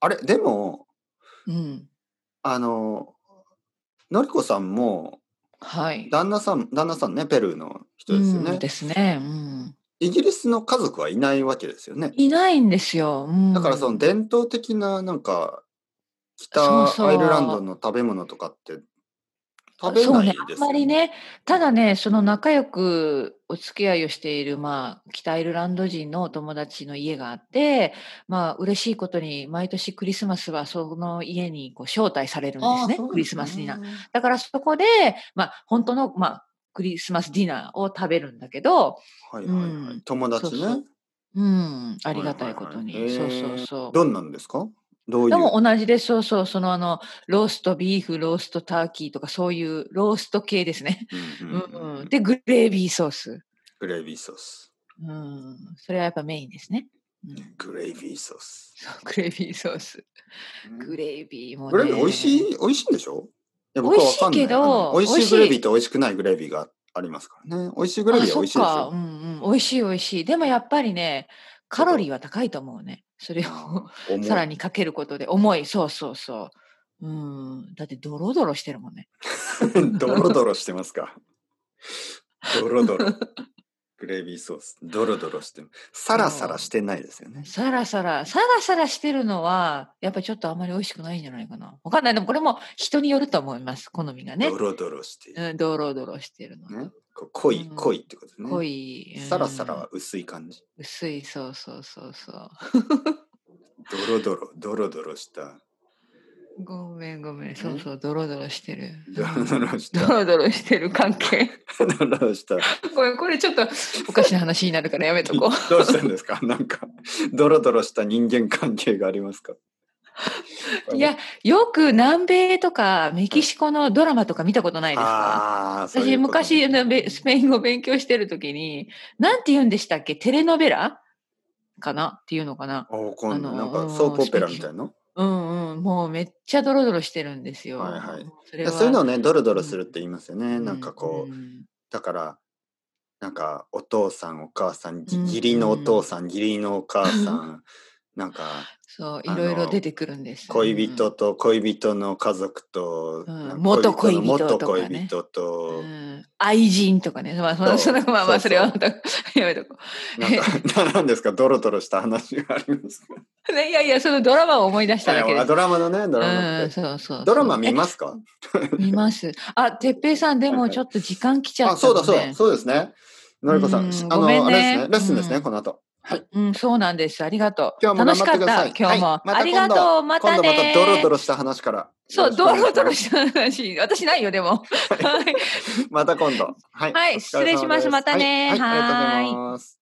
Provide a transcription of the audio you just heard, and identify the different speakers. Speaker 1: あれ、でも、
Speaker 2: うん。
Speaker 1: あの、のりこさんも、
Speaker 2: はい。
Speaker 1: 旦那さん、旦那さんね、ペルーの人ですよ
Speaker 2: う
Speaker 1: ね
Speaker 2: ん、。ですね、うん。
Speaker 1: イギリスの家族はいないわけですよね。
Speaker 2: いないんですよ。うん
Speaker 1: だからその伝統的ななんか
Speaker 2: そう
Speaker 1: 北
Speaker 2: そう
Speaker 1: アイルランドの食べ物とかって食べ
Speaker 2: そう
Speaker 1: ない
Speaker 2: ね
Speaker 1: ですよね。
Speaker 2: あんまりねただねその仲良くお付き合いをしている、まあ、北アイルランド人のお友達の家があってまあ嬉しいことに毎年クリスマスはその家にこう招待されるんですねクリスマスにな。だからそこで、まあ、本当の、まあ、クリスマスディナーを食べるんだけど、
Speaker 1: はいはいは
Speaker 2: う
Speaker 1: い。
Speaker 2: ん
Speaker 1: 友達
Speaker 2: そうそ
Speaker 1: ね
Speaker 2: う。うん、ありがたいことに、
Speaker 1: はいはいはい
Speaker 2: そう
Speaker 1: へー
Speaker 2: そうそう。
Speaker 1: どんなんですかどうい
Speaker 2: で
Speaker 1: う。
Speaker 2: も同じです。そうそう。そのあの、ローストビーフ、ローストターキーとかそういうロースト系ですね。
Speaker 1: うんうん
Speaker 2: う
Speaker 1: うんん、
Speaker 2: で、グレービーソース。
Speaker 1: グレービーソース。
Speaker 2: うん。それはやっぱメインですね。うん、
Speaker 1: グレービーソース。
Speaker 2: そうグレービーソース。グ
Speaker 1: レ
Speaker 2: レービーも、ね。
Speaker 1: グレービー美味しい、美味しいんでしょいや、僕はわかんない。
Speaker 2: 美味しいけど
Speaker 1: あの美味
Speaker 2: 美
Speaker 1: しい
Speaker 2: 味しい
Speaker 1: グレービーと美味しくないグレービーがありますからね。美味しいグレービーは美味しいです
Speaker 2: あそ
Speaker 1: よ
Speaker 2: っか、う。んうん。美味しい美味しい。でもやっぱりね、カロリーは高いと思うね。それを
Speaker 1: 重い
Speaker 2: さらにかけることで重い。そうそうそう。うん。だってドロドロしてるもんね。
Speaker 1: ドロドロしてますか。ドロドロ。グレービーソース。ドロドロしてる。サラサラしてないですよね。
Speaker 2: サラサラ、サラサラしてるのは、やっぱりちょっとあんまり美味しくないんじゃないかな。わかんない。でもこれも人によると思います。好みがね
Speaker 1: ド。ロドロしている。
Speaker 2: うん、ドロドロしてるの。
Speaker 1: ね、こう濃い、
Speaker 2: うん
Speaker 1: 濃いってことね。
Speaker 2: 濃い。うん
Speaker 1: サラサラは。薄い感じ。
Speaker 2: 薄い、そうそうそうそう。
Speaker 1: ドロドロ、ドロドロした。
Speaker 2: ごめんごめん。そうそう、ドロドロしてる。
Speaker 1: ドロドロし
Speaker 2: ド
Speaker 1: た。
Speaker 2: ロドロしてる関係。
Speaker 1: ドロドロ した。
Speaker 2: ごめん、これちょっとおかしな話になるからや めとこう。
Speaker 1: どうしたんですかなんか、ドロドロした人間関係がありますか
Speaker 2: いや、よく南米とかメキシコのドラマとか見たことないですか
Speaker 1: ああ、そういう
Speaker 2: 私
Speaker 1: こと
Speaker 2: 昔あのべスペイン語勉強してる時になんて言うんでしたっけテレノベラかなっていうのかな
Speaker 1: あわかんない
Speaker 2: あの
Speaker 1: なんか、ソープオペラみたいな。
Speaker 2: うんうんもうめっちゃドロドロしてるんですよ。
Speaker 1: はいはい
Speaker 2: そ
Speaker 1: い
Speaker 2: れ
Speaker 1: や
Speaker 2: は
Speaker 1: そういうのをね、ドロドロするって言いますよね。
Speaker 2: う
Speaker 1: なんかこう、
Speaker 2: ん
Speaker 1: だからなんかお父さんお母さんぎ
Speaker 2: うん
Speaker 1: 義理のお父さん義理のお母さんなん か
Speaker 2: そうい
Speaker 1: あの
Speaker 2: ろいろ出てくるんです。
Speaker 1: 恋人と恋人の家族と、
Speaker 2: う
Speaker 1: な
Speaker 2: ん
Speaker 1: んか
Speaker 2: 元恋人
Speaker 1: の
Speaker 2: と
Speaker 1: 元
Speaker 2: かね
Speaker 1: 恋人
Speaker 2: う
Speaker 1: と、
Speaker 2: ん愛人とかね、まあ、その
Speaker 1: そ
Speaker 2: そうのまあまあ
Speaker 1: そそ
Speaker 2: そう
Speaker 1: う
Speaker 2: れはまた やめとこ
Speaker 1: なんか なんですかドロドロした話がありますか
Speaker 2: う。ねいやいやそのドラマを思い出しただけ
Speaker 1: あ
Speaker 2: です。
Speaker 1: ドラマのねドラマ
Speaker 2: う
Speaker 1: っ
Speaker 2: ん
Speaker 1: て、
Speaker 2: そうそうそう
Speaker 1: ドラマ見ますか
Speaker 2: 見ます。あ、てっぺいさん、で
Speaker 1: はいは
Speaker 2: も
Speaker 1: い
Speaker 2: ちょっと時間来ちゃ
Speaker 1: あ
Speaker 2: った
Speaker 1: そう
Speaker 2: の
Speaker 1: だ
Speaker 2: ね。
Speaker 1: そうだそうですねのりこさん
Speaker 2: うん
Speaker 1: あの
Speaker 2: ごめんね
Speaker 1: あれですねレッスンですね、
Speaker 2: うん
Speaker 1: この後
Speaker 2: うん、そうなんです。ありがとう。
Speaker 1: 今日も頑
Speaker 2: 楽
Speaker 1: 張
Speaker 2: し
Speaker 1: って
Speaker 2: かっ
Speaker 1: くださ
Speaker 2: た。
Speaker 1: い
Speaker 2: 今日も。
Speaker 1: はいまた
Speaker 2: ありがとう。ま
Speaker 1: 今
Speaker 2: た
Speaker 1: 度また
Speaker 2: ね。
Speaker 1: ドロドロした話から
Speaker 2: そう、ドロドロ
Speaker 1: し
Speaker 2: した話。私ないよ、でも。はい。
Speaker 1: また今度はい、
Speaker 2: は
Speaker 1: お疲れ
Speaker 2: い
Speaker 1: 様
Speaker 2: 失礼します
Speaker 1: です
Speaker 2: またね
Speaker 1: はいはいありがとうござい
Speaker 2: は
Speaker 1: ます